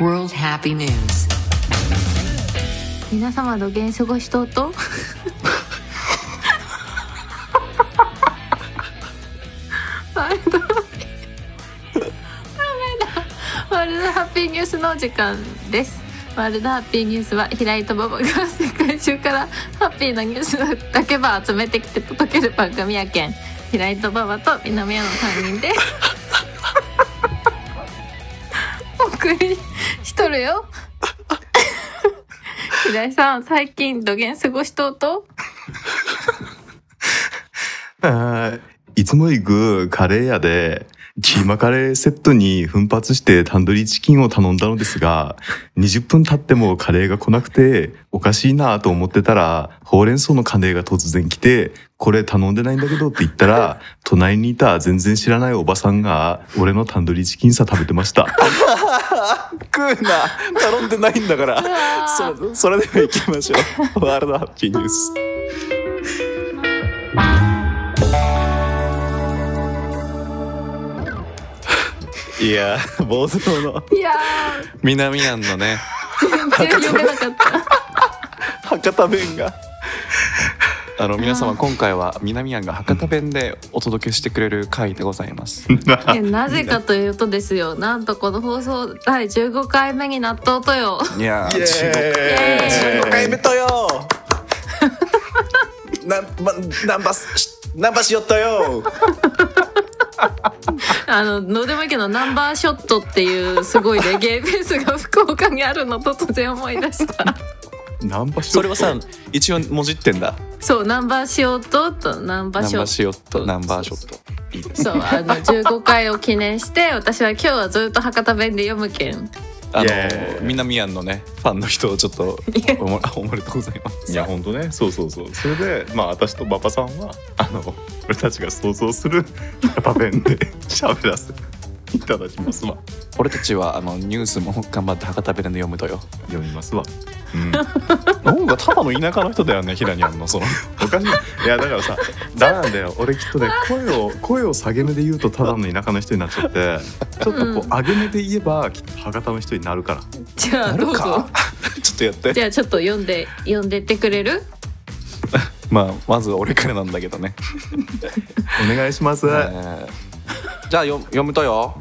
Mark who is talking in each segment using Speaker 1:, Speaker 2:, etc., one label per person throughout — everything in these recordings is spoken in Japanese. Speaker 1: World Happy News.
Speaker 2: 皆様どげん過ごしとうと ワールドハッピーワールドハッピーニュースの時間ですワールドハッピーニュースは平井と馬場が世界中からハッピーなニュースだけば集めてきて届ける番組やけん平井と馬場と南山の3人でお送りしとるよ平井さん最近どげん過ごしとうと
Speaker 3: あー いつも行くカレー屋で、キーマカレーセットに奮発してタンドリーチキンを頼んだのですが、20分経ってもカレーが来なくて、おかしいなと思ってたら、ほうれん草のカレーが突然来て、これ頼んでないんだけどって言ったら、隣にいた全然知らないおばさんが、俺のタンドリーチキンさ食べてました。
Speaker 4: 食うな頼んでないんだからそ それでは行きましょ うワールドハッピーニュースいやー冒頭の
Speaker 2: いや
Speaker 4: 南庵のね
Speaker 2: ー全然読めなかった
Speaker 4: 博多弁があの皆様今回は南庵が博多弁でお届けしてくれる回でござ います
Speaker 2: えなぜかというとですよなんとこの放送第15回目になっとうと よ
Speaker 4: いやー
Speaker 2: エーイ
Speaker 4: 15回目とよ
Speaker 5: ナンバナンバスしナンバしよったよ
Speaker 2: あのどうでもいいけどナンバーショットっていうすごいレゲエベースが福岡にあるのと突然思い出 した
Speaker 3: ナンパし
Speaker 4: それはさ一応もじってんだ
Speaker 2: そうナンバーショットとナンバー
Speaker 4: ナン
Speaker 2: ショ
Speaker 4: バー
Speaker 2: ッ
Speaker 4: ショットナンバーショット
Speaker 2: トそうあの15回を記念して私は今日はずっと博多弁で読むけん
Speaker 4: あ
Speaker 3: イエー
Speaker 4: の南庵のねファンの人をちょっ とおもおめでとうございます
Speaker 3: いや本当ねそうそうそうそれでまあ私と馬場さんはあの俺たちが想像する博多弁で喋らせていただきますわ
Speaker 4: 俺たちはあのニュースも頑張って博多弁で読むとよ
Speaker 3: 読みますわ うん
Speaker 4: なんかただの田舎の人だよね平にゃんのその
Speaker 3: おかしいいやだからさだなんだよ俺きっとね声を声を下げ目で言うとただの田舎の人になっちゃってちょっとこう上げ目で言えばきっと博多の人になるから
Speaker 2: じゃあどうぞ
Speaker 4: ちょっとやって
Speaker 2: じゃあちょっと読んで読んでってくれる
Speaker 4: まあまず俺からなんだけどね、
Speaker 3: お願いします
Speaker 4: えーじゃあよ読むとよ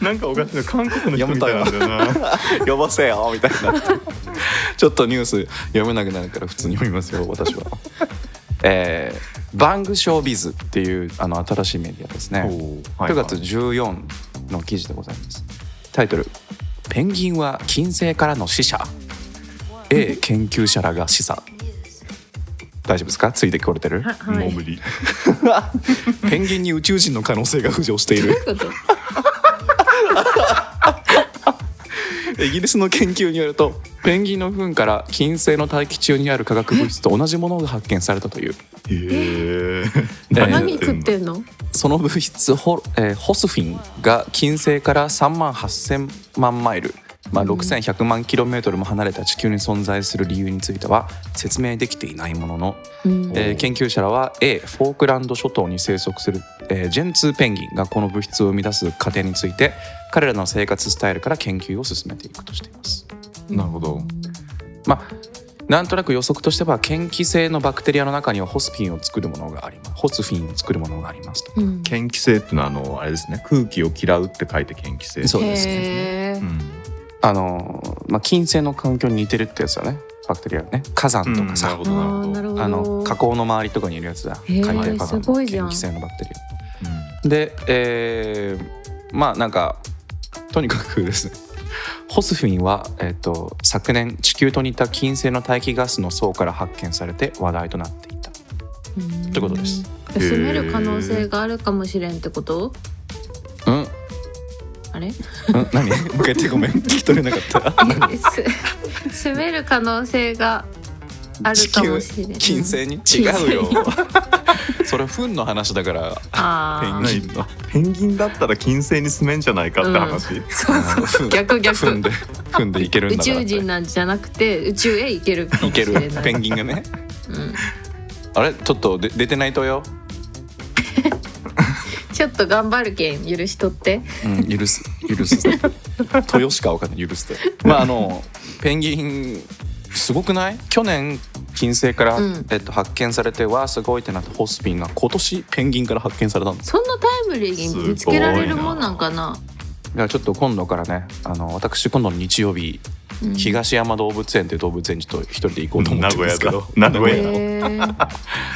Speaker 3: なんかおかしいな韓国の人みたいなんだよな
Speaker 4: 呼ばせよみたいになってちょっとニュース読めなくなるから普通に読みますよ私 はえーバングショービズっていうあの新しいメディアですね、
Speaker 3: おーはい
Speaker 4: 9月14の記事でございますタイトル「ペンギンは金星からの死者」A 研究者らが示唆大丈夫ですかついてこれてる
Speaker 2: は
Speaker 3: もう無理
Speaker 4: ペンギンに宇宙人の可能性が浮上している
Speaker 2: どういうこと
Speaker 4: イギリスの研究によるとペンギンの糞から金星の大気中にある化学物質と同じものが発見されたという、
Speaker 3: へえ
Speaker 4: えー
Speaker 2: 何食ってんの
Speaker 4: その物質ホ,、えーホスフィンが金星から3万8,000万マイル、まあ、6,100万キロメートルも離れた地球に存在する理由については説明できていないものの、
Speaker 2: うん
Speaker 4: えー研究者らは A フォークランド諸島に生息する、えージェンツーペンギンがこの物質を生み出す過程について彼らの生活スタイルから研究を進めていくとしています。
Speaker 3: なるほど
Speaker 4: まあなんとなく予測としては嫌気性のバクテリアの中にはホスフィンを作るものがありますホスフィンを作るものがありますと
Speaker 2: うん
Speaker 3: 嫌気性っていうのはあのあれですね空気を嫌うって書いて嫌気性
Speaker 4: そうですね
Speaker 2: へー
Speaker 3: うん
Speaker 4: あのーまあ、金星の環境に似てるってやつだねバクテリアがね火山とか
Speaker 3: なる
Speaker 4: さ
Speaker 3: ほ、
Speaker 2: あ
Speaker 3: ど
Speaker 2: ー
Speaker 3: なるほど
Speaker 2: なるほど
Speaker 4: あの火口の周りとかにいるやつだ
Speaker 2: へ
Speaker 4: 海
Speaker 2: ー
Speaker 4: 底火山
Speaker 2: すご
Speaker 4: の
Speaker 2: いじゃん
Speaker 4: 元気性のバクテリアでえーまあなんかとにかくですねホスフィンは、えっと昨年地球と似た金星の大気ガスの層から発見されて話題となっていた
Speaker 2: って
Speaker 4: ことです。
Speaker 2: 住める可能性があるかもしれんってこと？
Speaker 4: うんうん
Speaker 2: あ れ？
Speaker 4: 何もう一回言っ てごめん聞き取れなかった
Speaker 2: す住める可能性があるかもしれん。
Speaker 4: 金星に
Speaker 2: 金星
Speaker 4: 違うよそれは糞の話だからペ
Speaker 2: あ
Speaker 4: ン
Speaker 2: あ。
Speaker 4: ギンの
Speaker 3: ペンギンだったら金星に住めんじゃないかって話、
Speaker 2: そうそうそう。逆
Speaker 4: 踏ん
Speaker 2: 逆。
Speaker 4: で踏んでいけるん
Speaker 2: 宇
Speaker 4: だから
Speaker 2: 宙人なんじゃなくて宇宙へ行けるか
Speaker 4: い
Speaker 2: もし
Speaker 4: け
Speaker 2: れない。
Speaker 4: るペンギンがね
Speaker 2: うん
Speaker 4: あれちょっとで出てないとよ
Speaker 2: ちょっと頑張るけん許しとって
Speaker 4: うん、許す許す豊しかわかんない許すってまああのペンギンすごくない去年金星から、
Speaker 2: うん
Speaker 4: えっと、発見されてわあすごいってなったホスピンが今年ペンギンから発見されたんです
Speaker 2: そんなタイムリーに見つけられるもんなんかな
Speaker 4: だからちょっと今度からねあの私今度の日曜日、
Speaker 2: うん
Speaker 4: 東山動物園という動物園にちょっと一人で行こうと思ってるんですけど
Speaker 3: 名古屋だ
Speaker 4: 名
Speaker 2: へ
Speaker 4: 古屋
Speaker 2: ー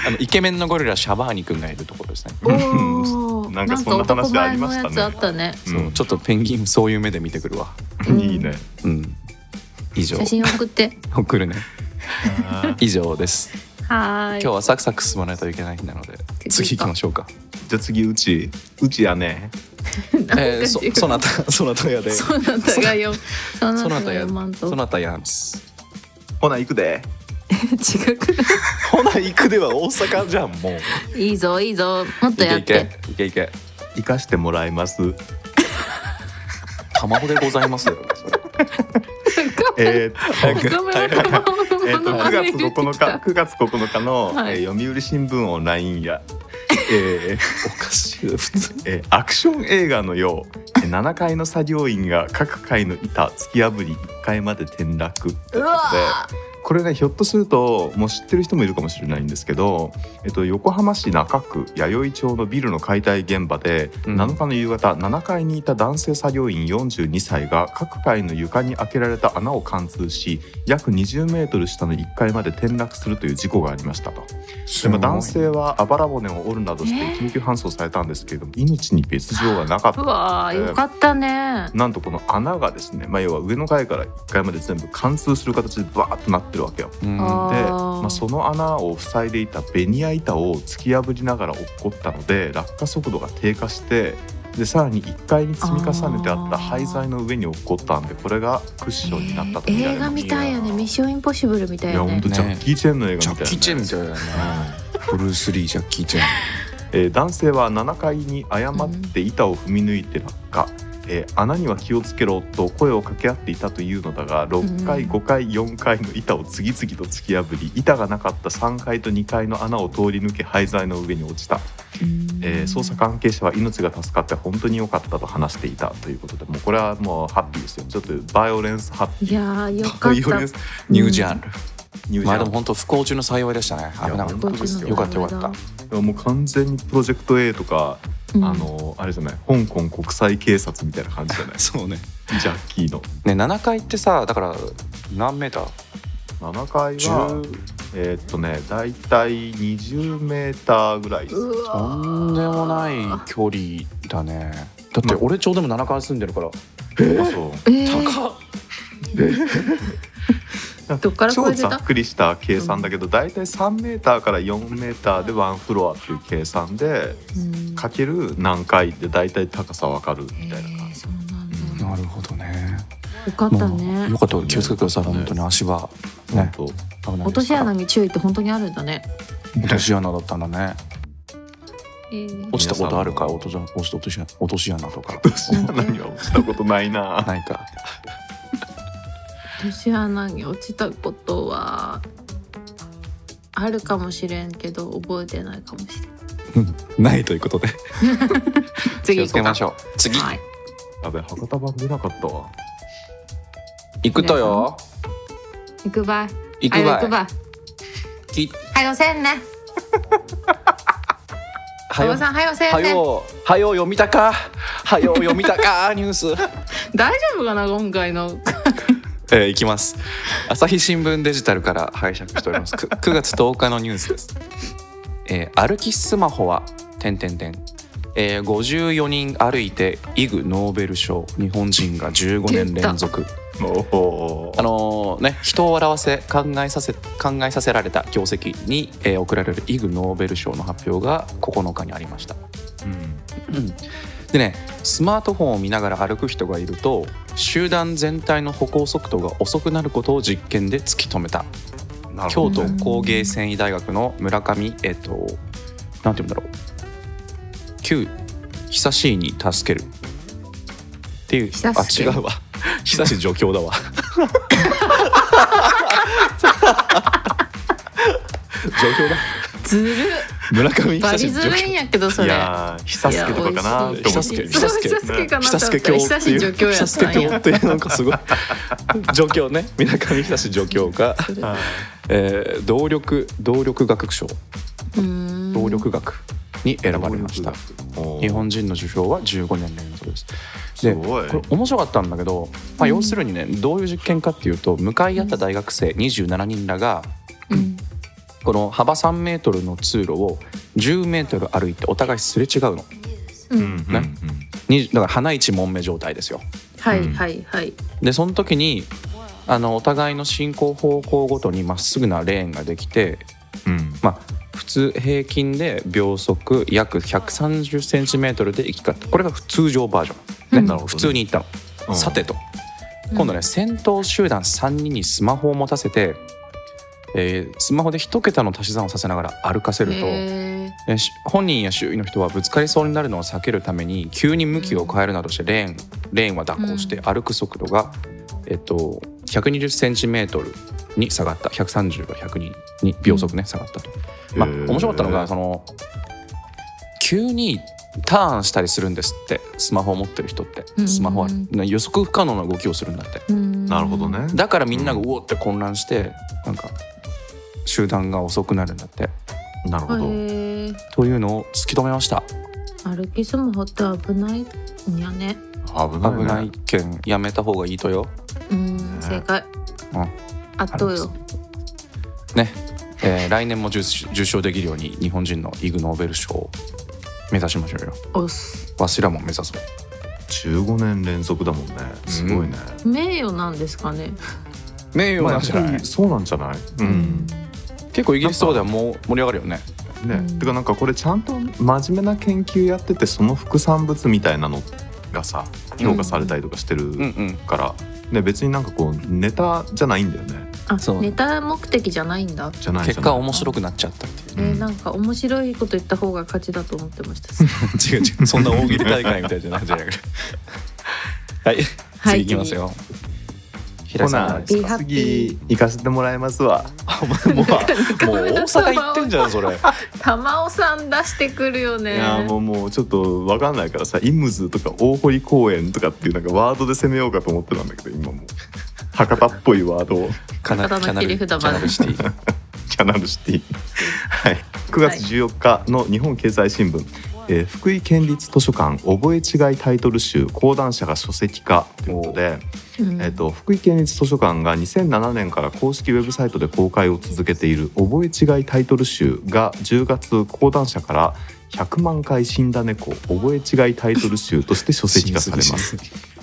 Speaker 4: あのイケメンのゴリラシャバーニ君がいるところですね、
Speaker 2: おー
Speaker 3: なんかそんな話ありましたね
Speaker 2: なんか男前のやつあったね
Speaker 3: う
Speaker 4: そうちょっとペンギンそういう目で見てくるわ
Speaker 2: うん
Speaker 3: いいね。
Speaker 4: うん以上
Speaker 2: 写真送って
Speaker 4: 送るね以上です
Speaker 2: はーい
Speaker 4: 今日はサクサク進まないといけない日なので次
Speaker 2: 次行
Speaker 4: 行き
Speaker 2: こう
Speaker 4: ましょうか。
Speaker 3: じゃあ次うちうちやね。
Speaker 4: えー、そそなた そなたやで。そ
Speaker 2: そなたがよそな
Speaker 4: な
Speaker 2: た
Speaker 4: た
Speaker 2: が
Speaker 4: や
Speaker 2: 読まんと
Speaker 4: そなたやんす。
Speaker 3: ほな行くで。
Speaker 2: 違くな
Speaker 4: ほな行くでは大阪じゃんもう。
Speaker 2: いいいぞいいぞもっとやっ
Speaker 4: いけい
Speaker 2: て
Speaker 4: けいけいけ。
Speaker 3: 行かしてもらいます。
Speaker 4: 卵でござい ますよ。それ
Speaker 3: えー、
Speaker 2: 岡村卵の
Speaker 3: えー、と
Speaker 2: もの
Speaker 3: 9
Speaker 2: まね
Speaker 3: 月9日9月9日の、
Speaker 2: はい
Speaker 3: えー読売新聞オンラインや、えー
Speaker 4: おかしいよ普通。
Speaker 3: えーアクション映画のようえー7階の作業員が各階の板突き破り1階まで転落
Speaker 2: うわ
Speaker 3: これねひょっとするともう知ってる人もいるかもしれないんですけど、えっと、横浜市中区弥生町のビルの解体現場で、
Speaker 4: うん
Speaker 3: 7日の夕方7階にいた男性作業員42歳が各階の床に開けられた穴を貫通し約20メートル下の1階まで転落するという事故がありましたとでまあ男性はあばら骨を折るなどして
Speaker 2: えー
Speaker 3: 緊急搬送されたんですけれども命に別状はなかっ
Speaker 2: ー
Speaker 3: た
Speaker 2: うわーよかったね
Speaker 3: なんとこの穴がですね、まあ、要は上の階から1階まで全部貫通する形でバーッとなってるわけよ。
Speaker 4: うん。
Speaker 2: あ
Speaker 3: で、
Speaker 2: ー
Speaker 3: まあ、その穴を塞いでいたベニヤ板を突き破りながら落っこったので落下速度が低下してでさらに1階に積み重ねてあった廃材の上に落っこったんでこれがクッションになったと見られ
Speaker 2: 映
Speaker 3: ま
Speaker 2: 画
Speaker 3: す、
Speaker 2: みたいよねミッションインポッシブルみたい
Speaker 3: いや
Speaker 2: よ
Speaker 3: 本
Speaker 2: ね
Speaker 3: 当ジャッキー・チェンの映画み
Speaker 4: ジ
Speaker 3: た
Speaker 4: ャ
Speaker 3: いな、
Speaker 4: ッキーチェンみたいな。ブルースリージャッキーチェ
Speaker 3: えー男性は7階に誤って板を踏み抜いて落下、えー穴には気をつけろと声を掛け合っていたというのだが6
Speaker 2: う
Speaker 3: 階
Speaker 2: ん
Speaker 3: 5階4階の板を次々と突き破り板がなかった3階と2階の穴を通り抜け廃材の上に落ちた、えー捜査関係者は命が助かって本当に良かったと話していたということでもうこれはもうハッピーですよちょっとバイオレンスハッピー
Speaker 2: いやーよかっ
Speaker 3: バイオレン
Speaker 2: た
Speaker 3: ス
Speaker 4: ン。ニュージャンル。
Speaker 3: ニュージ
Speaker 4: まあ
Speaker 3: ャ
Speaker 4: で
Speaker 3: ン
Speaker 4: も本当不幸中の幸いでしたね。危なかっ
Speaker 3: いや
Speaker 4: た
Speaker 3: 本当ですよ
Speaker 4: よかったよかった。
Speaker 3: いやもう完全にプロジェクト A とか、
Speaker 2: うん
Speaker 3: あのあれじゃない香港国際警察みたいな感じじゃない
Speaker 4: そうね。
Speaker 3: ジャッキーの
Speaker 4: ね7階ってさだから何メーター？
Speaker 3: 7階は
Speaker 4: 10。
Speaker 3: えーっとねだいたい20メーターぐらいです
Speaker 2: う
Speaker 4: と
Speaker 2: わ
Speaker 4: んでもない距離だねだって俺ちょうども7階住んでるから
Speaker 3: あそう
Speaker 2: えー
Speaker 4: 高っ
Speaker 2: どっから超
Speaker 3: 超
Speaker 2: えて
Speaker 3: ざ
Speaker 2: た
Speaker 3: っくりした計算だけどだいたい3メーターから4メーターでワンフロアっていう計算で
Speaker 2: うん
Speaker 3: かける何回でだいたい高さわかるみた
Speaker 2: へ
Speaker 3: いな感
Speaker 2: ー
Speaker 3: じ
Speaker 2: そうなんだ
Speaker 3: うん
Speaker 4: なるほどね
Speaker 2: よかったね
Speaker 4: よかった気をつけてください本当に足は
Speaker 3: 本
Speaker 4: ね
Speaker 3: 当
Speaker 4: 危ないですから
Speaker 2: 落とし穴に注意って本当にあるんだね。
Speaker 4: 落とし穴だったんだね
Speaker 2: 落
Speaker 4: 落ちたことあるか落とし落とし落とし穴落とし穴とか
Speaker 3: 私は 何は落ちたことないな
Speaker 4: ないか
Speaker 2: し穴に落ちたことはあるかもしれんけど覚えてないかもしれん。
Speaker 4: ないということで気
Speaker 2: 次
Speaker 4: を
Speaker 2: 行
Speaker 4: つ
Speaker 2: こ
Speaker 4: け
Speaker 2: うか
Speaker 4: ましょう次
Speaker 2: はい。
Speaker 3: やべ博多版出なかったわ
Speaker 4: 行くとよ
Speaker 2: 行くばい。
Speaker 4: 行
Speaker 2: あ
Speaker 4: く
Speaker 2: 行く
Speaker 4: ばい
Speaker 2: ばい。
Speaker 4: き
Speaker 2: はよせんね。
Speaker 4: は
Speaker 2: お
Speaker 4: よ
Speaker 2: ばさんはよせ
Speaker 4: は
Speaker 2: んね。
Speaker 4: よはよ読みたかはよ読みたか ニュース
Speaker 2: 大丈夫かな今回の。
Speaker 4: えー、いきます朝日新聞デジタルから拝借しております 9, 9月10日のニュースです、えー歩きスマホは点点点えー54人歩いてイグ・ノーベル賞日本人が15年連続
Speaker 3: おお
Speaker 4: あのーね人を笑わせ考えさせ考えさせられた業績に、えー贈られるイグ・ノーベル賞の発表が9日にありましたでねスマートフォンを見ながら歩く人がいると集団全体の歩行速度が遅くなることを実験で突き止めた京都工芸繊維大学の村上えっ、となんて言うんだろう旧久しいに助けるっていう
Speaker 2: 久
Speaker 4: あ
Speaker 2: しい
Speaker 4: 違うわ久しい助教だわ
Speaker 2: ずる。
Speaker 4: 村上
Speaker 2: バ
Speaker 4: 久
Speaker 2: リ
Speaker 4: 志
Speaker 2: ずるいんやけどそ
Speaker 3: い
Speaker 2: れ
Speaker 3: やー久助とかかなって
Speaker 4: 美
Speaker 3: 思
Speaker 4: 味
Speaker 3: っ
Speaker 4: しい
Speaker 3: て
Speaker 2: 久助久
Speaker 4: 久助
Speaker 2: 助かなと
Speaker 4: 久
Speaker 2: 思った
Speaker 4: 助教
Speaker 2: 久
Speaker 4: ってい
Speaker 2: 助
Speaker 4: う
Speaker 2: 助教や
Speaker 4: 久助教
Speaker 2: っ
Speaker 4: っていうなんかすごい助教ね村上久志助教が、
Speaker 2: たんや
Speaker 3: はい
Speaker 4: えー動力動力学賞
Speaker 2: うーん
Speaker 4: 動力学に選ばれました
Speaker 3: おー
Speaker 4: 日本人の受賞は15年連続です
Speaker 3: す
Speaker 4: で
Speaker 3: ごい
Speaker 4: これ面白かったんだけど、
Speaker 2: う
Speaker 4: まあ、
Speaker 2: ん
Speaker 4: 要するにねどういう実験かっていうと向かい合った大学生27人らが
Speaker 2: うん
Speaker 4: この幅3メートルの通路を10メートル歩いてお互いすれ違うの
Speaker 2: う
Speaker 3: うん
Speaker 2: ん
Speaker 3: うん
Speaker 4: ねにだから花一門目状態ですよ
Speaker 2: はいはいはい
Speaker 4: でその時にあのお互いの進行方向ごとにまっすぐなレーンができて
Speaker 3: うんうん
Speaker 4: まあ普通平均で秒速約130センチメートルで行き交ったこれが通常バージョン、ね
Speaker 2: うんな
Speaker 3: るほどね
Speaker 4: 普通に行ったの、
Speaker 3: うん
Speaker 4: さてと今度ね先頭集団3人にスマホを持たせて、えースマホで1桁の足し算をさせながら歩かせると、
Speaker 2: へー
Speaker 4: えーし本人や周囲の人はぶつかりそうになるのを避けるために急に向きを変えるなどしてレーンレーンは蛇行して歩く速度が、えっと、120cm に下がった130が102に秒速ね下がったと。まあ、
Speaker 3: へー
Speaker 4: 面白かったのがその急にターンしたりするんですってスマホを持ってる人って
Speaker 2: うん
Speaker 4: スマホは予測不可能な動きをするんだって
Speaker 2: うん
Speaker 3: なるほどね
Speaker 4: だからみんながうおって混乱してなんか集団が遅くなるんだって
Speaker 3: なるほど
Speaker 2: へー
Speaker 4: というのを突き止めました
Speaker 2: 歩きスマホって危ないんやね
Speaker 3: 危ないね
Speaker 4: 危ないけんやめた方がいいとよ
Speaker 2: うん、
Speaker 3: ね
Speaker 2: 正解
Speaker 4: うん
Speaker 2: あとよ
Speaker 4: ね、えー来年も受受賞できるように日本人のイグ・ノーベル賞を目指しましょうよ
Speaker 2: おす
Speaker 4: わしらも目指そう
Speaker 3: 15年連続だもんねすごいね、
Speaker 2: 名誉なんですかね
Speaker 4: 名誉
Speaker 3: まあや
Speaker 4: なん
Speaker 3: っ
Speaker 4: じ
Speaker 3: ぱ
Speaker 4: ゃ
Speaker 3: り
Speaker 4: ない
Speaker 3: そうなんじゃない、うん
Speaker 4: 結構イギリスとかではもう盛り上がるよね
Speaker 3: ね
Speaker 2: うん
Speaker 3: てかなんかこれちゃんと真面目な研究やっててその副産物みたいなのがさ評価されたりとかして
Speaker 4: うんう
Speaker 3: る
Speaker 4: ん
Speaker 3: から、ね、別になんかこうネタじゃないんだよね
Speaker 2: あ
Speaker 4: そう
Speaker 2: ネタ目的じゃないんだ
Speaker 3: じゃない
Speaker 4: 結果面
Speaker 3: い
Speaker 4: 白くなっちゃったっていう
Speaker 2: えーなんか面白いこと言った方が勝ちだと思ってました
Speaker 4: 違う違うそんな大喜利大会みたいじゃ ないじゃないはい
Speaker 2: はい
Speaker 4: 次いきますよ平井
Speaker 3: ほ
Speaker 4: さんじ
Speaker 3: ない
Speaker 4: ゃなですか
Speaker 2: ハッピ
Speaker 3: 次行かせてもらいます わ
Speaker 4: あもうもう大阪行ってんじゃんそ れ
Speaker 2: 玉尾さん出してくるよ
Speaker 3: い
Speaker 2: ね
Speaker 3: やーもうもうちょっと分かんないからさイムズとか大堀公園とかっていうなんかワードで攻めようかと思ってたんだけど今もう博多っぽいワードを
Speaker 4: カ
Speaker 2: た
Speaker 4: ナ
Speaker 2: だの
Speaker 4: キャナル
Speaker 2: 切り
Speaker 4: キ
Speaker 2: 札まで
Speaker 4: ャナルシテ ィ
Speaker 3: キャナルシティ、はい、9月14日の日本経済新聞、えー福井県立図書館覚え違いタイトル集講談社が書籍化ということで、
Speaker 2: うん
Speaker 3: えっと福井県立図書館が2007年から公式ウェブサイトで公開を続けている覚え違いタイトル集が10月講談社から100万回死んだ猫覚え違いタイトル集として書籍化されます
Speaker 4: す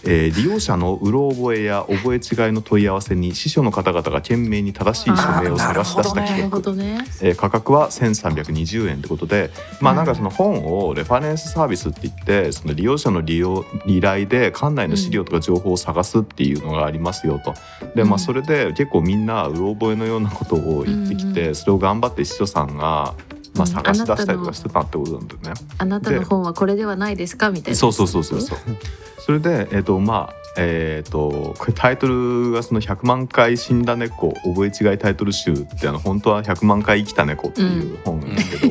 Speaker 3: えー利用者のうろ覚えや覚え違いの問い合わせに司書の方々が懸命に正しい署名を探し出した
Speaker 2: な
Speaker 3: 結
Speaker 2: る
Speaker 3: 果
Speaker 2: ほ、どね
Speaker 3: えー価格は1320円ってことでまあなんかその本をレファレンスサービスって言ってその利用者の利用依頼で館内の資料とか情報を探すっていうのがありますよと。で
Speaker 2: う
Speaker 3: ま
Speaker 2: ん
Speaker 3: あそれで結構みんなうろ覚えのようなことを言ってき
Speaker 2: うんう
Speaker 3: てそれを頑張って司書さんが。ま
Speaker 2: う
Speaker 3: あ、
Speaker 2: ん
Speaker 3: 探し出したりとかしてたってことなんだよね。
Speaker 2: あなたの本はこれではないですかみたいな
Speaker 3: そうそうそうそうそう。それでえっ、とまあえっ、とこれタイトルがその100万回死んだ猫覚え違いタイトル集ってあの本当は100万回生きた猫っていう本なんだけど、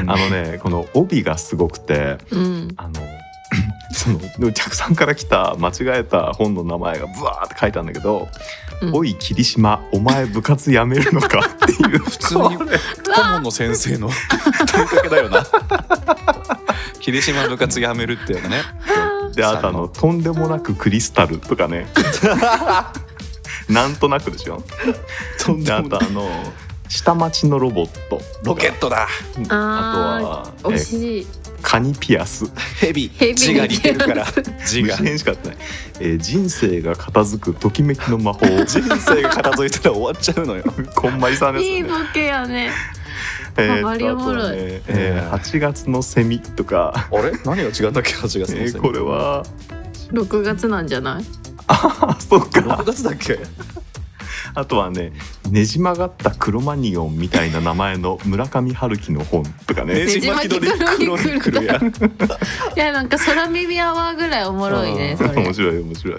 Speaker 3: あのねこの帯がすごくて
Speaker 2: うん
Speaker 3: あの そのでお客さんから来た間違えた本の名前がブワーって書いたんだけど「
Speaker 2: うん
Speaker 3: おい霧島お前部活やめるのか」っていう普
Speaker 4: 普通に顧問の先生の問いかけだよな霧島部活やめるっていうのね
Speaker 3: であとあの「とんでもなくクリスタル」とかね なんとなくでしょ
Speaker 4: とん
Speaker 3: で
Speaker 4: で
Speaker 3: あ
Speaker 4: もな
Speaker 3: とあの下町のロボット
Speaker 4: ロケットだ
Speaker 3: ト
Speaker 2: あ
Speaker 3: あとは
Speaker 2: 惜
Speaker 3: え
Speaker 2: しい
Speaker 3: カニピアス
Speaker 4: ヘビ
Speaker 2: ヘビ
Speaker 4: 字が似てるから字
Speaker 3: 無
Speaker 4: が
Speaker 3: 事変しかやってない、えー人生が片付くときめきの魔 法
Speaker 4: 人生が片付いたら終わっちゃうのよ
Speaker 3: こんまりさんです
Speaker 2: いい
Speaker 3: よ
Speaker 2: ボ
Speaker 3: ね
Speaker 2: ケやね
Speaker 3: えー
Speaker 2: あバリおもろい
Speaker 3: あとはねえー8月のセミとか、
Speaker 4: あれ何が違うんだっけ8月の
Speaker 3: えーこれは
Speaker 2: 6月なんじゃない
Speaker 3: あそっか
Speaker 4: 6月だっけ
Speaker 3: あとはねねじ曲がったクロマニオンみたいな名前の村上春樹の本とかね
Speaker 4: ねじ巻き鳥黒に来るや
Speaker 2: いやなんか空耳アワーぐらいおもろいねそ
Speaker 3: うん
Speaker 2: れ
Speaker 3: 面白い面白い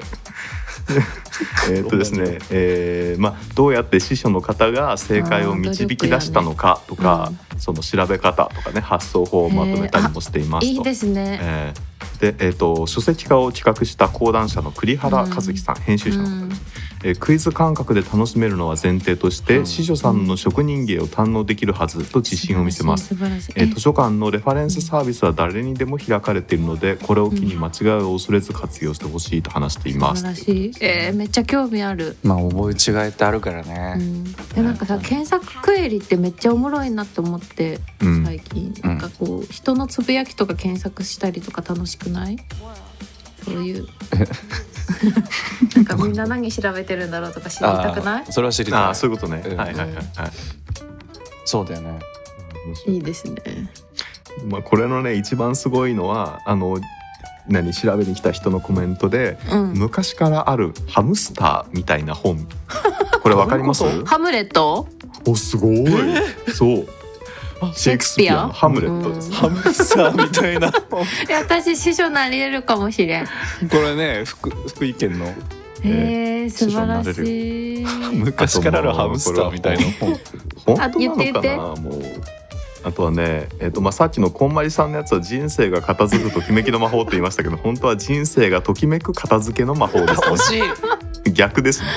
Speaker 3: えーっとですね、えーまあ、どうやって司書の方が正解を導き出したのかとか、その調べ方とかね発想法をまとめたりもしていますと。
Speaker 2: いいですね。
Speaker 3: えーでえー、と書籍化を企画した講談社の栗原和樹さん、編集者の方です、えークイズ感覚で楽しめるのは前提として、
Speaker 4: うん
Speaker 3: 司書さんの職人芸を堪能できるはずと自信を見せます。
Speaker 2: 素晴らしい。素晴
Speaker 3: え
Speaker 2: ら
Speaker 3: ー
Speaker 2: しい
Speaker 3: 図書館のレファレンスサービスは誰にでも開かれているのでこれを機に間違いを恐れず活用してほしいと話してい
Speaker 2: え
Speaker 3: ま
Speaker 2: 素
Speaker 3: す
Speaker 2: 晴。らしい。えーめっちゃ興味ある。
Speaker 4: まあ覚え違いってあるから
Speaker 2: う
Speaker 4: ね、
Speaker 2: ん、でなんかさ検索クエリってめっちゃおもろいなって思って
Speaker 3: うん
Speaker 2: 最近、なんかこう人のつぶやきとか検索したりとか楽しくないそういう なんかみんな何調べてるんだろうとか知りたくない
Speaker 4: あそれは知り
Speaker 3: あ
Speaker 4: た
Speaker 3: あ
Speaker 4: い
Speaker 3: そういうことね。
Speaker 4: うん
Speaker 3: はいはいはいはい。
Speaker 4: そうだよね
Speaker 3: 面白い
Speaker 2: いいですね
Speaker 3: まあこれのね一番すごいのはあの何調べに来た人のコメントで
Speaker 2: うん
Speaker 3: 昔からあるハムスターみたいな本。これわかります？
Speaker 4: どういう
Speaker 2: ハムレット
Speaker 3: おすごい。そう。シェイクスピアのハムレットです。
Speaker 2: うん
Speaker 3: ハム
Speaker 4: ムスターみたいな こ
Speaker 2: いや私師匠なり得るかもしれん
Speaker 4: れね福福井県の
Speaker 2: えー、素晴ら
Speaker 3: 師匠
Speaker 2: しい
Speaker 4: 昔からあるハムスターみたいな本
Speaker 3: 本当な
Speaker 2: 言
Speaker 3: の
Speaker 2: って言
Speaker 3: かなもう。あとはね、えっとまあ、さっきのこんまりさんのやつは「人生が片付くときめきの魔法」って言いましたけど本当は「人生がときめく片付けの魔法」です
Speaker 4: 欲しい
Speaker 3: 逆ですね。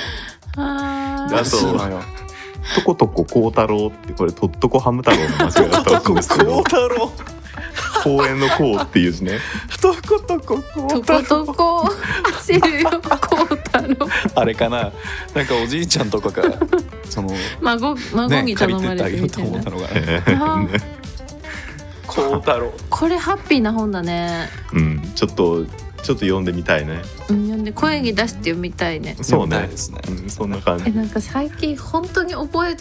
Speaker 2: あ
Speaker 3: だ
Speaker 2: ー
Speaker 4: 欲
Speaker 3: そ
Speaker 4: し
Speaker 3: う
Speaker 4: いのよ
Speaker 3: とことこ孝太郎ってこれとっとこハム太郎の間違いだったらしいんですけど
Speaker 5: 孝太郎
Speaker 3: 公園のこうっていう字ね
Speaker 4: とことここ
Speaker 2: とことこ走るよ孝太郎
Speaker 4: あれかななんかおじいちゃんと かがその
Speaker 2: 孫孫
Speaker 4: ね
Speaker 2: に
Speaker 4: 借
Speaker 2: 頼
Speaker 4: り
Speaker 2: ま
Speaker 4: てって
Speaker 2: れ
Speaker 4: あげ
Speaker 2: る
Speaker 4: よう
Speaker 2: み
Speaker 4: と
Speaker 2: たい
Speaker 4: 思っ
Speaker 2: な
Speaker 4: たのが
Speaker 2: あー
Speaker 3: ね
Speaker 4: 孝太郎
Speaker 2: これハッピーな本だね
Speaker 3: うん、ちょっとちょっと読んでみたいね
Speaker 2: うん読んで声に出して読みたいね
Speaker 3: そう
Speaker 4: みたい
Speaker 3: ね
Speaker 4: ですね
Speaker 3: うん、そんな感
Speaker 2: え
Speaker 3: じ
Speaker 2: なんか最近本当に覚え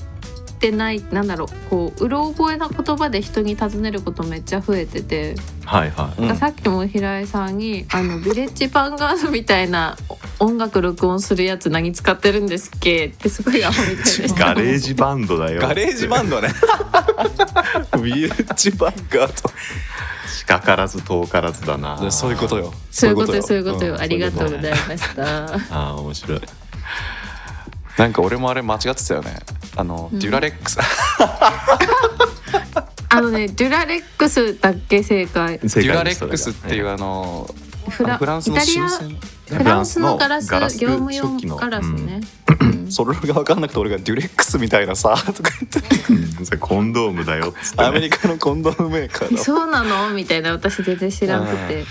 Speaker 2: てないなんだろうこううろ覚えな言葉で人に尋ねることめっちゃ増えてて、
Speaker 3: はいは
Speaker 4: うん
Speaker 2: さっきも平井さんに「あのビレッジヴァンガードみたいな音楽録音するやつ何使ってるんですっけ?」ってすごいアホみたいでし
Speaker 3: い
Speaker 2: た
Speaker 3: ガレージバンドだよ
Speaker 4: ガレージバン ドね ビレッジバンガー
Speaker 3: 近からず遠からずだな
Speaker 4: ドそういうことよ
Speaker 2: そういうことよそういうことよ、
Speaker 4: ん
Speaker 2: ありがとう
Speaker 4: そ
Speaker 2: ご
Speaker 4: いこ
Speaker 2: ざいました
Speaker 3: あー面白い
Speaker 4: なんか俺もあれ間違ってたよねあの、
Speaker 2: うん
Speaker 4: デュラレックス
Speaker 2: あのねデュラレックスだっけ正解
Speaker 3: 正
Speaker 4: デュ
Speaker 3: 解
Speaker 4: ラレ
Speaker 3: です
Speaker 4: ックスっていうあの
Speaker 2: フラ
Speaker 4: フランスの
Speaker 2: イタリ
Speaker 4: 新
Speaker 2: ア
Speaker 4: 鮮
Speaker 2: フランスのガラス
Speaker 3: フランス
Speaker 2: 業
Speaker 3: の
Speaker 2: 務用
Speaker 3: 食器の
Speaker 2: ガラスね、うん
Speaker 4: それが分かんなくて俺がデュレックスみたいなさとか言って
Speaker 3: それがうんそれコンドームだよ っつってね、
Speaker 4: アメリカのコンドームメーカー
Speaker 2: え
Speaker 4: だ
Speaker 2: そうなのみたいな私全然知らなくて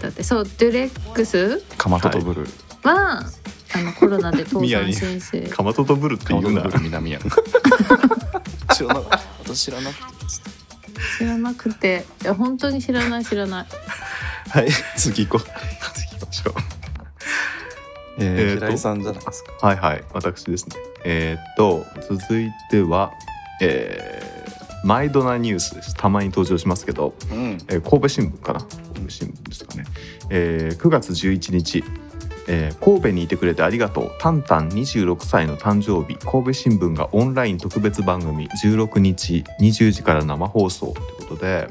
Speaker 2: だってそうデュレックス
Speaker 4: かまととブルー
Speaker 2: はあのコロナで倒
Speaker 4: 宮
Speaker 2: 産
Speaker 4: に
Speaker 2: 申請
Speaker 3: かまととブルって
Speaker 4: か
Speaker 3: い
Speaker 4: まと
Speaker 3: う
Speaker 4: と
Speaker 3: な
Speaker 4: ブルー南や知らなかった私知らなかっ
Speaker 2: 知らなくていや本当に知らない知らない
Speaker 4: たはい次行こう
Speaker 3: 行きましょう えー
Speaker 4: えー、
Speaker 3: と
Speaker 4: 平井さんじゃないですか。
Speaker 3: はいはい、私ですね。えーっと、続いては、えー、マイドナニュースです。たまに登場しますけど、
Speaker 4: うん。
Speaker 3: えー神戸新聞かな神戸新聞ですかね。えー9月11日、えー神戸にいてくれてありがとう。タンタン26歳の誕生日、神戸新聞がオンライン特別番組16日20時から生放送ということで、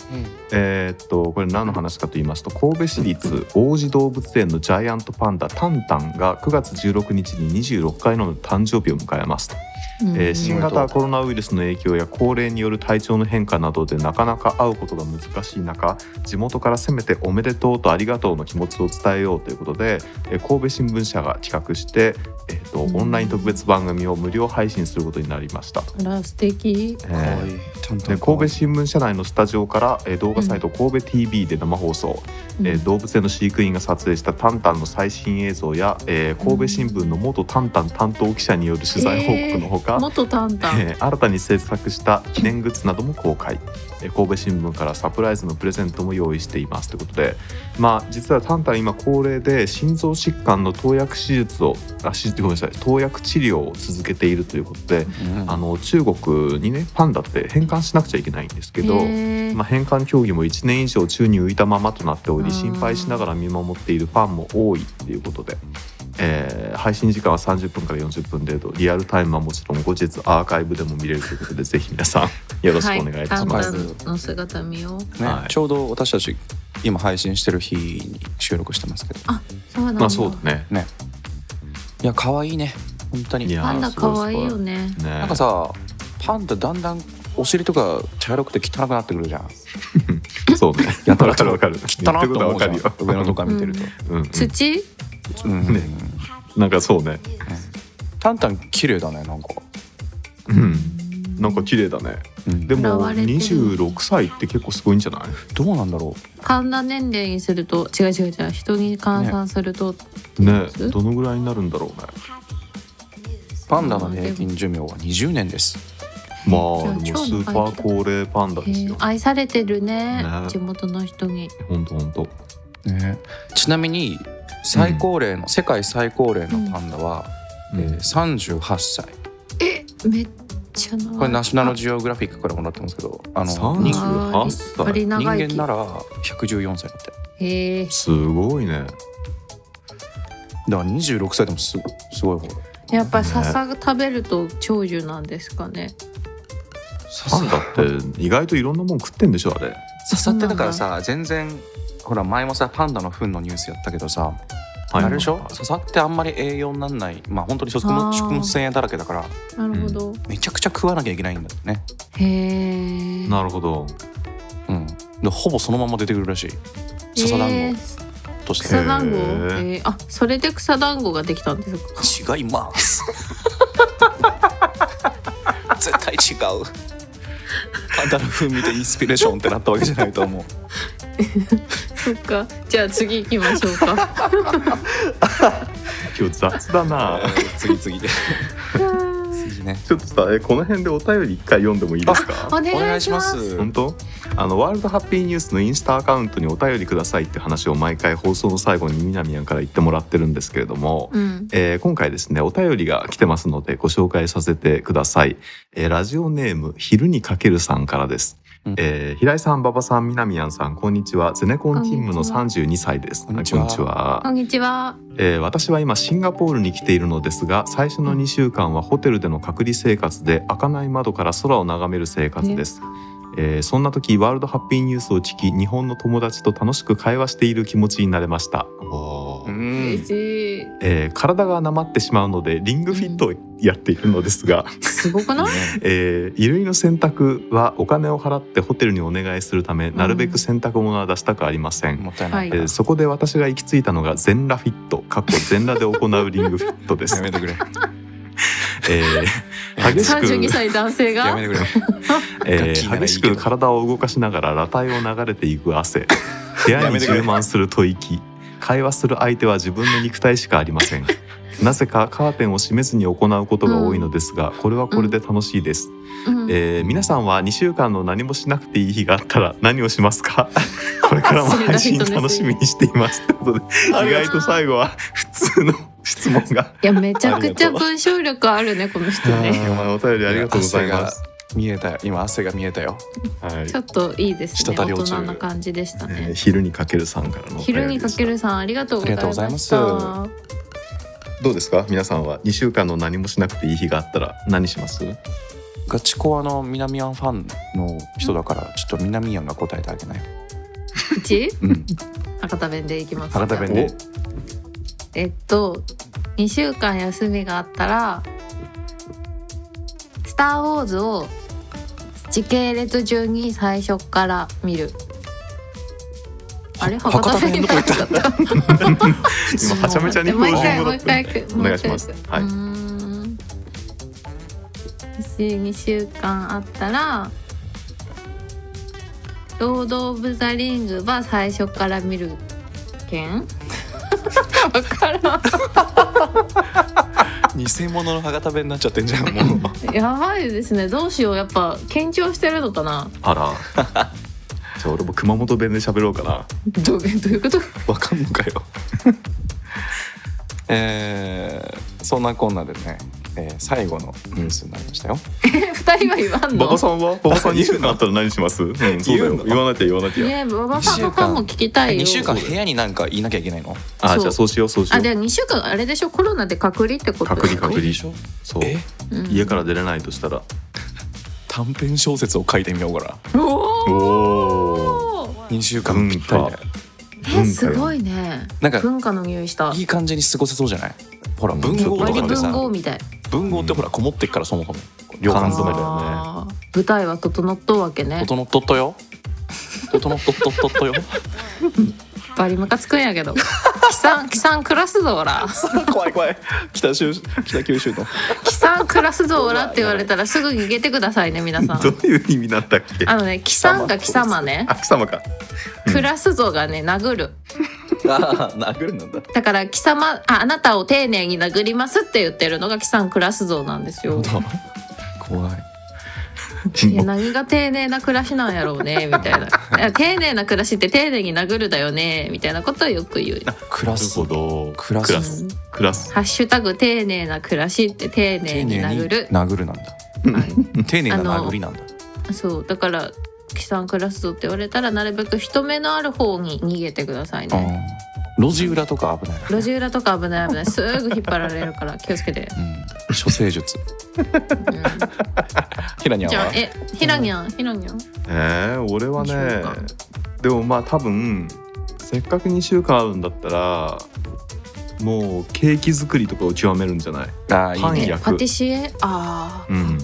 Speaker 3: えーっとこれ何の話かと言いますと神戸市立王子動物園のジャイアントパンダタンタンが9月16日に26回の誕生日を迎えますと、
Speaker 2: うん
Speaker 3: えー新型コロナウイルスの影響や高齢による体調の変化などでなかなか会うことが難しい中地元からせめておめでとうとありがとうの気持ちを伝えようということで、えー神戸新聞社が企画して、えーっと
Speaker 2: うん
Speaker 3: オンライン特別番組を無料配信することになりました。
Speaker 2: あら素敵
Speaker 3: え
Speaker 4: か
Speaker 3: ー
Speaker 4: わいい。ちゃんと
Speaker 3: で神戸新聞社内のスタジオから、えー動画サイト神戸 TV で生放送、えー動物園の飼育員が撮影したタンタンの最新映像や、えー神戸新聞の元タンタン担当記者による取材報告のほ
Speaker 2: うん
Speaker 3: か、
Speaker 2: 元タンタン
Speaker 3: えー新たに制作した記念グッズなども公開、えー神戸新聞からサプライズのプレゼントも用意していますということでまあ実はタンタン今高齢で心臓疾患の投薬手術をあしごめんなさい投薬治療を続けているということで、
Speaker 4: うん
Speaker 3: あの中国にねパンダって返還しなくちゃいけないんですけど、
Speaker 2: へー
Speaker 3: まあ、返還協議も1年以上宙に浮いたままとなってお
Speaker 2: うん
Speaker 3: り心配しながら見守っているファンも多いっていうことで、えー配信時間は30分から40分程度リアルタイムはもちろん後日アーカイブでも見れるということでぜひ皆さんよろしくお願いいたしま
Speaker 2: は
Speaker 3: す。
Speaker 2: タンタンの姿見よう
Speaker 4: ね
Speaker 3: はい
Speaker 4: ちょうど私たち今配信してる日に収録してますけど。
Speaker 2: あそうなんだ、
Speaker 3: まあそうだね
Speaker 4: ね。いや可愛いね本当に
Speaker 3: いやー
Speaker 2: パンダ可愛いよね
Speaker 3: ね
Speaker 4: なんかさパンダだんだんお尻とか茶色くて汚くなってくるじゃん
Speaker 3: そうね
Speaker 4: やた
Speaker 3: わ
Speaker 4: ら
Speaker 3: か
Speaker 4: と
Speaker 3: るわかる
Speaker 4: 汚な
Speaker 3: 言
Speaker 4: っ
Speaker 3: ってて
Speaker 4: こ
Speaker 3: こととはわ
Speaker 4: 思うじ
Speaker 3: か
Speaker 4: ゃ
Speaker 3: るよ
Speaker 4: ん上のとか見てると、
Speaker 3: うんうん
Speaker 2: 土
Speaker 4: うん
Speaker 3: ねなんかそうね
Speaker 4: タンタン綺麗だねなんか、
Speaker 3: うんなんか綺麗だね
Speaker 4: うん
Speaker 3: でも
Speaker 2: 現れてる
Speaker 3: 26歳って結構すごいんじゃない
Speaker 4: どうなんだろ
Speaker 2: パンダ年齢にすると違う違う違う人に換算すると、
Speaker 3: ね
Speaker 2: そう
Speaker 3: どのぐらいになるんだろうね
Speaker 4: うパンダの平均寿命は20年です
Speaker 3: まあ
Speaker 2: じ
Speaker 3: で
Speaker 2: ゃあ
Speaker 3: も
Speaker 2: 超
Speaker 3: スーパー高齢パンダ
Speaker 2: へ
Speaker 3: です
Speaker 2: ー
Speaker 3: よ
Speaker 2: 愛されてるね
Speaker 3: ね
Speaker 2: 地元の人に
Speaker 3: ほんとほんと
Speaker 4: ねちなみに最高齢の、世界最高齢のパンダは、
Speaker 3: うん
Speaker 4: えー38歳
Speaker 2: えめっちゃ長い
Speaker 4: これナショナルジオグラフィックからもらったんですけどあの
Speaker 3: 38
Speaker 4: 人
Speaker 2: あ
Speaker 3: 歳
Speaker 2: ーやっぱり
Speaker 4: 人
Speaker 2: 長生
Speaker 4: 間
Speaker 2: き
Speaker 4: なら114歳だって
Speaker 2: へえ
Speaker 3: すごいね
Speaker 4: だから26歳でもすすごい方だ
Speaker 2: やっぱ笹食べると長寿なんですかね
Speaker 3: パンダって 意外といろんなもん食ってんでしょあれ
Speaker 4: 刺さってだからさ全然ほら前もさパンダの糞のニュースやったけどさ、あれでしょ刺さってあんまり栄養になんないまあ本当に食
Speaker 2: あー
Speaker 4: 物食物繊維だらけだから
Speaker 2: なるほど、
Speaker 4: めちゃくちゃ食わなきゃいけないんだってね、
Speaker 2: へえ
Speaker 3: なるほど
Speaker 4: うん、でほぼそのまま出てくるらしい笹団
Speaker 2: えー
Speaker 4: 子として、
Speaker 2: 草団子
Speaker 3: へ
Speaker 2: えーあそれで草団子ができたんですか
Speaker 4: 違います絶対違うパンダの糞見てインスピレーションってなったわけじゃないと思う
Speaker 2: そっかじゃあ次行きましょうか
Speaker 3: 今日雑だな
Speaker 4: 次次で次ね
Speaker 3: ちょっとさえこの辺でお便り一回読んでもいいですか
Speaker 2: お願いします
Speaker 4: お願
Speaker 3: 本
Speaker 4: いし
Speaker 3: 当あのワールドハッピーニュースのインスタアカウントにお便りくださいって話を毎回放送の最後にみなみやんから言ってもらってるんですけれども、
Speaker 2: うん
Speaker 3: えー今回ですねお便りが来てますのでご紹介させてください、えーラジオネーム昼にかけるさんからです、
Speaker 4: うん
Speaker 3: えー平井さん馬場さん南やんさんこんにちはゼネコン勤務の
Speaker 2: こん
Speaker 3: 32歳です
Speaker 4: こんにちは
Speaker 3: あは
Speaker 2: こんにちは
Speaker 3: えー私は今シンガポールに来ているのですが最初の2週間はホテルでの隔離生活で開かない窓から空を眺める生活です、えーそんな時ワールドハッピーニュースを聞き日本の友達と楽しく会話している気持ちになれました、
Speaker 4: う
Speaker 2: 嬉
Speaker 4: ん
Speaker 2: しい
Speaker 3: えー体がなまってしまうのでリングフィットをやっているのですが、
Speaker 2: すごくない
Speaker 3: えー衣類の洗濯はお金を払ってホテルにお願いするためなるべく洗濯物は出したくありません、
Speaker 4: もったいない、
Speaker 2: は
Speaker 3: えーそこで私が行き着いたのが全裸フィットかっこ全裸で行うリングフィットです
Speaker 4: やめてくれ
Speaker 3: えー激し
Speaker 2: 三十二
Speaker 3: く、
Speaker 2: 歳男性
Speaker 4: や
Speaker 2: が
Speaker 4: めてくれ
Speaker 3: え
Speaker 4: ガキな
Speaker 3: ー
Speaker 4: らいい
Speaker 3: 激し
Speaker 4: けど
Speaker 3: く体を動かしながら裸体を流れていく 汗部屋
Speaker 4: やめ
Speaker 3: に
Speaker 4: てくれ
Speaker 3: 充満する吐息会話する相手は自分の肉体しかありませ んなぜかカーテンを閉めずに行うことが多いのですが、これはこれで楽しいです、
Speaker 2: うん
Speaker 3: えー皆さんは2週間の何もしなくていい日があったら何をしま すかこれからも配信楽しみにしていますということで
Speaker 2: あり
Speaker 3: 意
Speaker 2: がとう
Speaker 3: 外と最後は普通の質問 が
Speaker 2: いやめちゃくちゃ文章力あ るねこの人ね
Speaker 3: お便りありがとうございます
Speaker 4: 見えたよ今汗が見えたよ
Speaker 3: はい
Speaker 2: ちょっといいですね
Speaker 4: 舌
Speaker 2: 大
Speaker 4: 足り落ちる
Speaker 2: 人な感じでした
Speaker 3: えー
Speaker 2: ね
Speaker 3: 昼にかけるさんからのお
Speaker 2: 昼
Speaker 3: 便
Speaker 2: に
Speaker 3: り
Speaker 2: か
Speaker 3: で
Speaker 2: け
Speaker 3: した
Speaker 2: るさんありがとうございました
Speaker 4: ありがとうございま
Speaker 3: どうですか皆さんは2週間の何もしなくていい日があったら何します
Speaker 4: ガチコアの南アンファンの人だからちょっと南アンが答えてあげない、
Speaker 2: うち
Speaker 4: うん、
Speaker 2: 博多弁でいきます
Speaker 4: 博多弁で
Speaker 2: えっと2週間休みがあったら「スター・ウォーズ」を時系列順に最初から見るあれ博多弁
Speaker 4: どこ行った
Speaker 2: だった
Speaker 3: 今はちゃめちゃに
Speaker 2: もう一
Speaker 3: 標
Speaker 2: 回もう一回
Speaker 3: 準語だったよ
Speaker 2: 行く
Speaker 3: お願いします
Speaker 2: もう一
Speaker 3: は
Speaker 2: 回
Speaker 3: い
Speaker 2: 行くうーん2週間あったら「ロード・オブ・ザ・リング」は最初から見るけ んわからん
Speaker 4: 偽物の博多弁になっちゃってんじゃんもう
Speaker 2: やばいですねどうしようやっぱ緊張してるのかな
Speaker 3: あらじゃあ俺も熊本弁で喋ろうかな
Speaker 2: どうどういうこと
Speaker 4: わかんのかよえー、そんなこんなでね、えー最後のニュースになりましたよ
Speaker 2: え二人は言わん
Speaker 3: 馬
Speaker 2: の
Speaker 3: 場さん は馬場さん2週間あったら何します、うん、そうだ
Speaker 4: 言う
Speaker 3: よ
Speaker 4: の
Speaker 3: 言わなきゃ言わなきゃ、
Speaker 2: ねえ馬場さんのファンも聞きたいよ
Speaker 4: 2週間部屋になんか言いなきゃいけないの
Speaker 3: あ
Speaker 2: そう
Speaker 3: じゃあそうしようそうしよ
Speaker 2: あで
Speaker 3: う
Speaker 2: も二週間あれでしょコロナで隔離ってこと
Speaker 3: 隔離隔離
Speaker 4: でしょ
Speaker 3: そう
Speaker 4: え
Speaker 2: うん
Speaker 3: 家から出れないとしたら
Speaker 4: 短編小説を書いてみようかな
Speaker 2: お
Speaker 3: お
Speaker 2: ー
Speaker 3: お
Speaker 4: 2週間ぴったり
Speaker 3: 文
Speaker 4: で
Speaker 2: えすごいね
Speaker 4: なんか
Speaker 2: 文化の匂いした
Speaker 4: いい感じに過ごせそうじゃないほら文豪と
Speaker 2: 割り
Speaker 4: かって
Speaker 2: 文
Speaker 4: さ
Speaker 2: 豪みたい
Speaker 4: 文豪ってほらこもってっからそもそも旅
Speaker 2: あ
Speaker 4: 館
Speaker 3: 缶
Speaker 4: 勤
Speaker 3: 詰
Speaker 4: め
Speaker 3: だ
Speaker 4: だよ
Speaker 2: ー舞台は整っとうわけね
Speaker 4: 整っとっとよ整っとっとっとっとよ
Speaker 2: バリムカつくんやけど貴さん貴さん暮らすぞおら
Speaker 4: 怖い怖い北州北九州の
Speaker 2: 貴さん暮らすぞおらって言われたらすぐ逃げてくださいね皆さん
Speaker 3: どういう意味なんだっけ
Speaker 2: あのね貴さんが貴様ね
Speaker 3: あ貴様 か
Speaker 2: 暮らすぞがね殴る
Speaker 4: ああ殴る んだ
Speaker 2: だから貴様ああなたを丁寧に殴りますって言ってるのが貴さん暮らすぞなんですよ
Speaker 4: 怖い
Speaker 2: いや何が丁寧な暮らしなんやろう ねみたいないや丁寧な暮らしって丁寧に殴るだよねみたいなことをよく言う
Speaker 4: クラ
Speaker 3: なる
Speaker 4: ス
Speaker 3: ほど
Speaker 4: クラス
Speaker 3: クラ
Speaker 2: う
Speaker 3: ス
Speaker 2: ん
Speaker 3: クラス
Speaker 2: ハッシュタグ丁寧な暮らしって丁寧に殴る
Speaker 4: 殴るなんだ丁寧な殴りなんだ
Speaker 2: そうだから貴さん暮らすぞって言われたらなるべく人目のある方に逃げてくださいね
Speaker 4: うん路地裏とか危ない、
Speaker 2: 路地裏とか危ない危ないすぐ引っ張られるから気をつけて、
Speaker 4: うん、処世術
Speaker 2: うん
Speaker 4: ひらにゃん
Speaker 2: じゃ
Speaker 4: は
Speaker 2: あえひらにゃんひらにゃん
Speaker 3: えー、俺は
Speaker 2: 二週
Speaker 3: ね
Speaker 2: 間
Speaker 3: でもまあ多分せっかく2週間あるんだったらもうケーキ作りとかを極めるんじゃない
Speaker 4: ああいい
Speaker 3: パン
Speaker 4: ね
Speaker 3: 焼く
Speaker 2: パティシエああ
Speaker 3: うん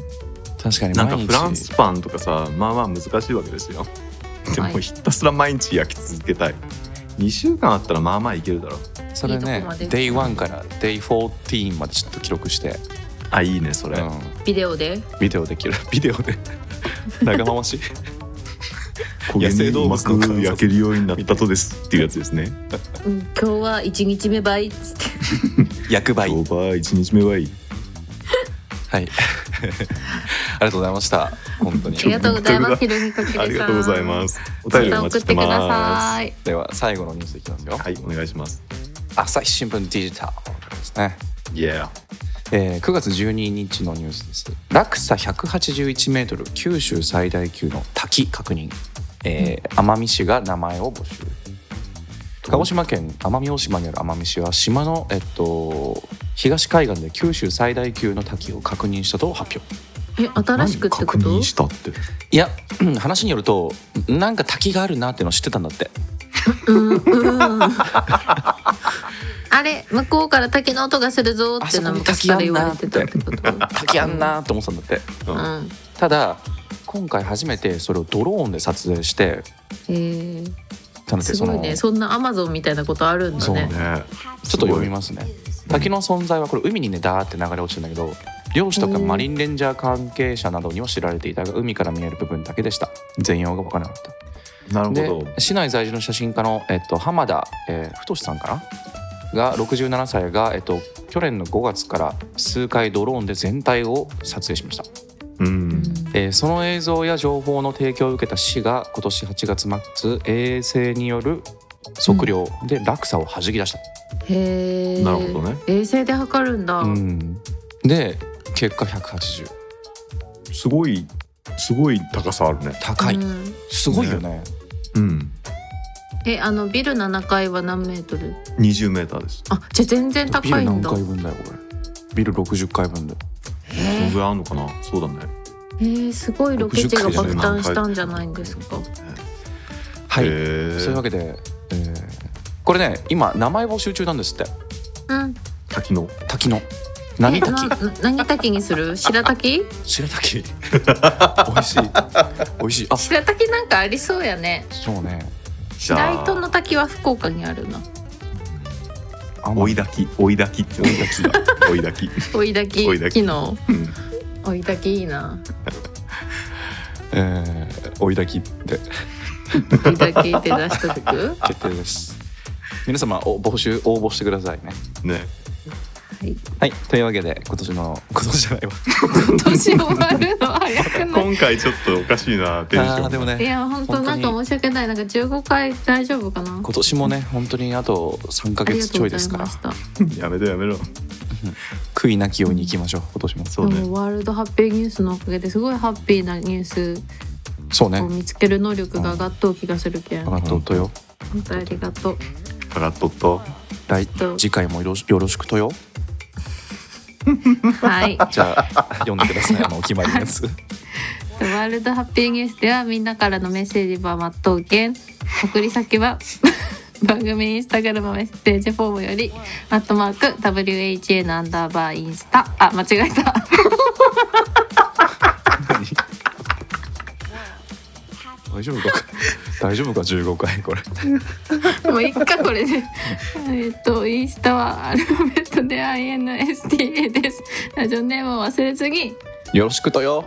Speaker 4: 確かに
Speaker 3: なん
Speaker 4: 毎
Speaker 3: か
Speaker 4: 日
Speaker 3: フランスパンとかさまあまあ難しいわけですよで
Speaker 2: は
Speaker 3: も
Speaker 2: い
Speaker 3: ひたすら毎日焼き続けたい2週間あったらまあまあいけるだろう
Speaker 4: それ
Speaker 2: いい
Speaker 4: ね
Speaker 2: とこまで
Speaker 4: デイ1からデイ14までちょっと記録して、
Speaker 3: あいいねそれ、
Speaker 4: うん
Speaker 2: ビデオで
Speaker 4: ビデオできる ビデオ で長回し
Speaker 3: 焦げにうま
Speaker 4: 野生動物の観
Speaker 3: く
Speaker 4: 察
Speaker 3: 焼けるようになったとです っていうやつですね
Speaker 2: うん今日は1日目倍っつって
Speaker 4: 役倍
Speaker 3: オーバー1日目はいい
Speaker 4: はい ありがとうございました本当に
Speaker 2: ありがとうございます。ひろみかけるさん。
Speaker 3: ありがとうございますお便りお
Speaker 2: 送
Speaker 3: 待
Speaker 2: っ
Speaker 3: ちして
Speaker 2: てくだ
Speaker 3: ま
Speaker 2: さい。
Speaker 4: では最後のニュースいきますよ
Speaker 3: すはいお願いします
Speaker 4: 朝日新聞デジタルですね
Speaker 3: イエー
Speaker 4: えー9月12日のニュースです落差181メートル九州最大級の滝確認、えー奄美市が名前を募集鹿児島県奄美大島にある奄美市は島の、えっと、東海岸で九州最大級の滝を確認したと発表
Speaker 2: え、新しくってこ
Speaker 3: 確
Speaker 2: と
Speaker 3: 認？したって
Speaker 4: いやうん話によるとなんか滝があるなっての知ってたんだって
Speaker 2: うんうん。 あれ、向こうから滝の音がするぞーっていうのは昔から言われてたってこと。
Speaker 4: 滝あんなーって思ってたんだっ
Speaker 2: う
Speaker 4: て
Speaker 2: ん。
Speaker 4: ただ今回初めてそれをドローンで撮影して
Speaker 2: えー、
Speaker 4: たのですそ
Speaker 2: ご
Speaker 4: の
Speaker 2: いね。そんなアマゾンみたいなことあるんだね。
Speaker 3: ね
Speaker 4: ちょっと読みますね滝の存在はこれ海にねダーって流れ落ちてんだけど漁師とかマリンレンジャー関係者などには知られていたが海から見える部分だけでした全容が分からなかっ
Speaker 3: な
Speaker 4: た
Speaker 3: る
Speaker 4: で
Speaker 3: ほど
Speaker 4: 市内在住の写真家の、えっと、浜田、えー太さんかなが67歳が、えっと、去年の5月から数回ドローンで全体を撮影しました
Speaker 2: う
Speaker 3: う
Speaker 2: んん
Speaker 4: えーその映像や情報の提供を受けた市が今年8月末衛星による測量で落差をはじき出した、
Speaker 2: へえ。
Speaker 3: なるほどね。
Speaker 2: 衛星で測るんだ。
Speaker 4: うんで結果180
Speaker 3: すごいすごい高さあるね
Speaker 4: 高い、
Speaker 2: うん
Speaker 4: すごいよね
Speaker 3: うん
Speaker 2: え、あのビル7階は何メートル？
Speaker 3: 20メーターです
Speaker 2: あ、じゃあ全然
Speaker 4: ビ
Speaker 2: 高
Speaker 4: ル
Speaker 2: いん
Speaker 4: 何
Speaker 2: だ。
Speaker 4: 回分だよこれビル60回分だよ
Speaker 3: どの
Speaker 2: へ
Speaker 3: ぐらいあるのかなそうだね
Speaker 2: えー、すごいロケ地が爆誕したんじゃないんですか。
Speaker 4: はい、
Speaker 3: へー
Speaker 4: そういうわけで、えーこれね今名前募集中なんですって
Speaker 2: うん。
Speaker 3: 滝の
Speaker 4: 滝の何
Speaker 2: な
Speaker 4: 滝
Speaker 2: な何滝にする白滝
Speaker 4: 白滝 美味しい美味しいあ
Speaker 2: 白滝なんかありそうやね
Speaker 4: そうね
Speaker 3: じ
Speaker 2: 白
Speaker 3: ゃ
Speaker 2: 糸の
Speaker 3: あ
Speaker 2: 滝は福岡にあるな
Speaker 4: 甘
Speaker 3: 追い滝追い滝って追い滝だ追い滝
Speaker 2: 追い滝
Speaker 3: 追い
Speaker 2: 昨
Speaker 3: 滝
Speaker 2: 日
Speaker 3: うん
Speaker 2: 追い滝いいな
Speaker 4: えー、追い滝って
Speaker 2: 追い滝って出しとく
Speaker 4: 決定 です皆様お募集応募してくださいね
Speaker 3: ね
Speaker 2: はい
Speaker 4: はいというわけで今年の 今年じゃないわ
Speaker 2: 年終わるの早くない
Speaker 3: 今回ちょっとおかしいなテンシ
Speaker 4: あ
Speaker 3: ョ
Speaker 4: ー
Speaker 3: ン
Speaker 4: でも
Speaker 2: い
Speaker 4: ね
Speaker 2: や本当なんか申し訳ないなんか15回大丈夫かな
Speaker 4: 今年もね本当にあと3ヶ
Speaker 2: ありが
Speaker 4: 月
Speaker 2: とう
Speaker 4: ちょ
Speaker 2: ご
Speaker 4: い
Speaker 2: ざ
Speaker 4: です
Speaker 2: い
Speaker 4: から
Speaker 2: ました
Speaker 3: やめろやめろ
Speaker 4: 悔いなきように行きましょう今年も
Speaker 3: そ
Speaker 2: で
Speaker 3: うね
Speaker 2: もワールドハッピーニュースのおかげですごいハッピーなニュー
Speaker 4: そう
Speaker 2: ス
Speaker 4: ね
Speaker 2: を見つける能力が上がっとう気がするけん
Speaker 4: あ
Speaker 2: 本
Speaker 4: ととよ
Speaker 2: 当ありがとう
Speaker 3: かかっとっ と
Speaker 4: 来
Speaker 2: と
Speaker 4: 次回もよろしよろしくとよ
Speaker 2: はい
Speaker 4: じゃあ読んでくださ いあのお決まりのやつ
Speaker 2: ワールドハッピーニュースではみんなからのメッセージば待っとうけん送り先は 番組インスタグラムメッセージフォームよりアットマーク WHN アンダーバーインスタあ間違えた
Speaker 4: 大丈夫か 大丈夫か15回これ
Speaker 2: もういっかこれで えっとインスタはアルファベットで INSTA ですラジオネームを忘れずに
Speaker 4: よろしくとよ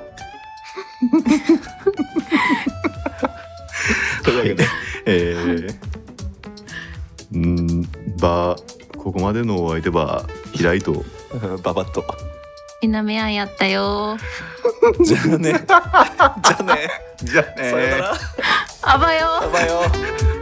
Speaker 3: というわけで、えー、うんばここまでのお相手は平井と
Speaker 4: ババッと
Speaker 2: 南アンやったよ
Speaker 4: じゃ あね
Speaker 5: じゃあね。
Speaker 3: じゃあ
Speaker 5: さよなら。
Speaker 2: あばよ
Speaker 5: おはよう。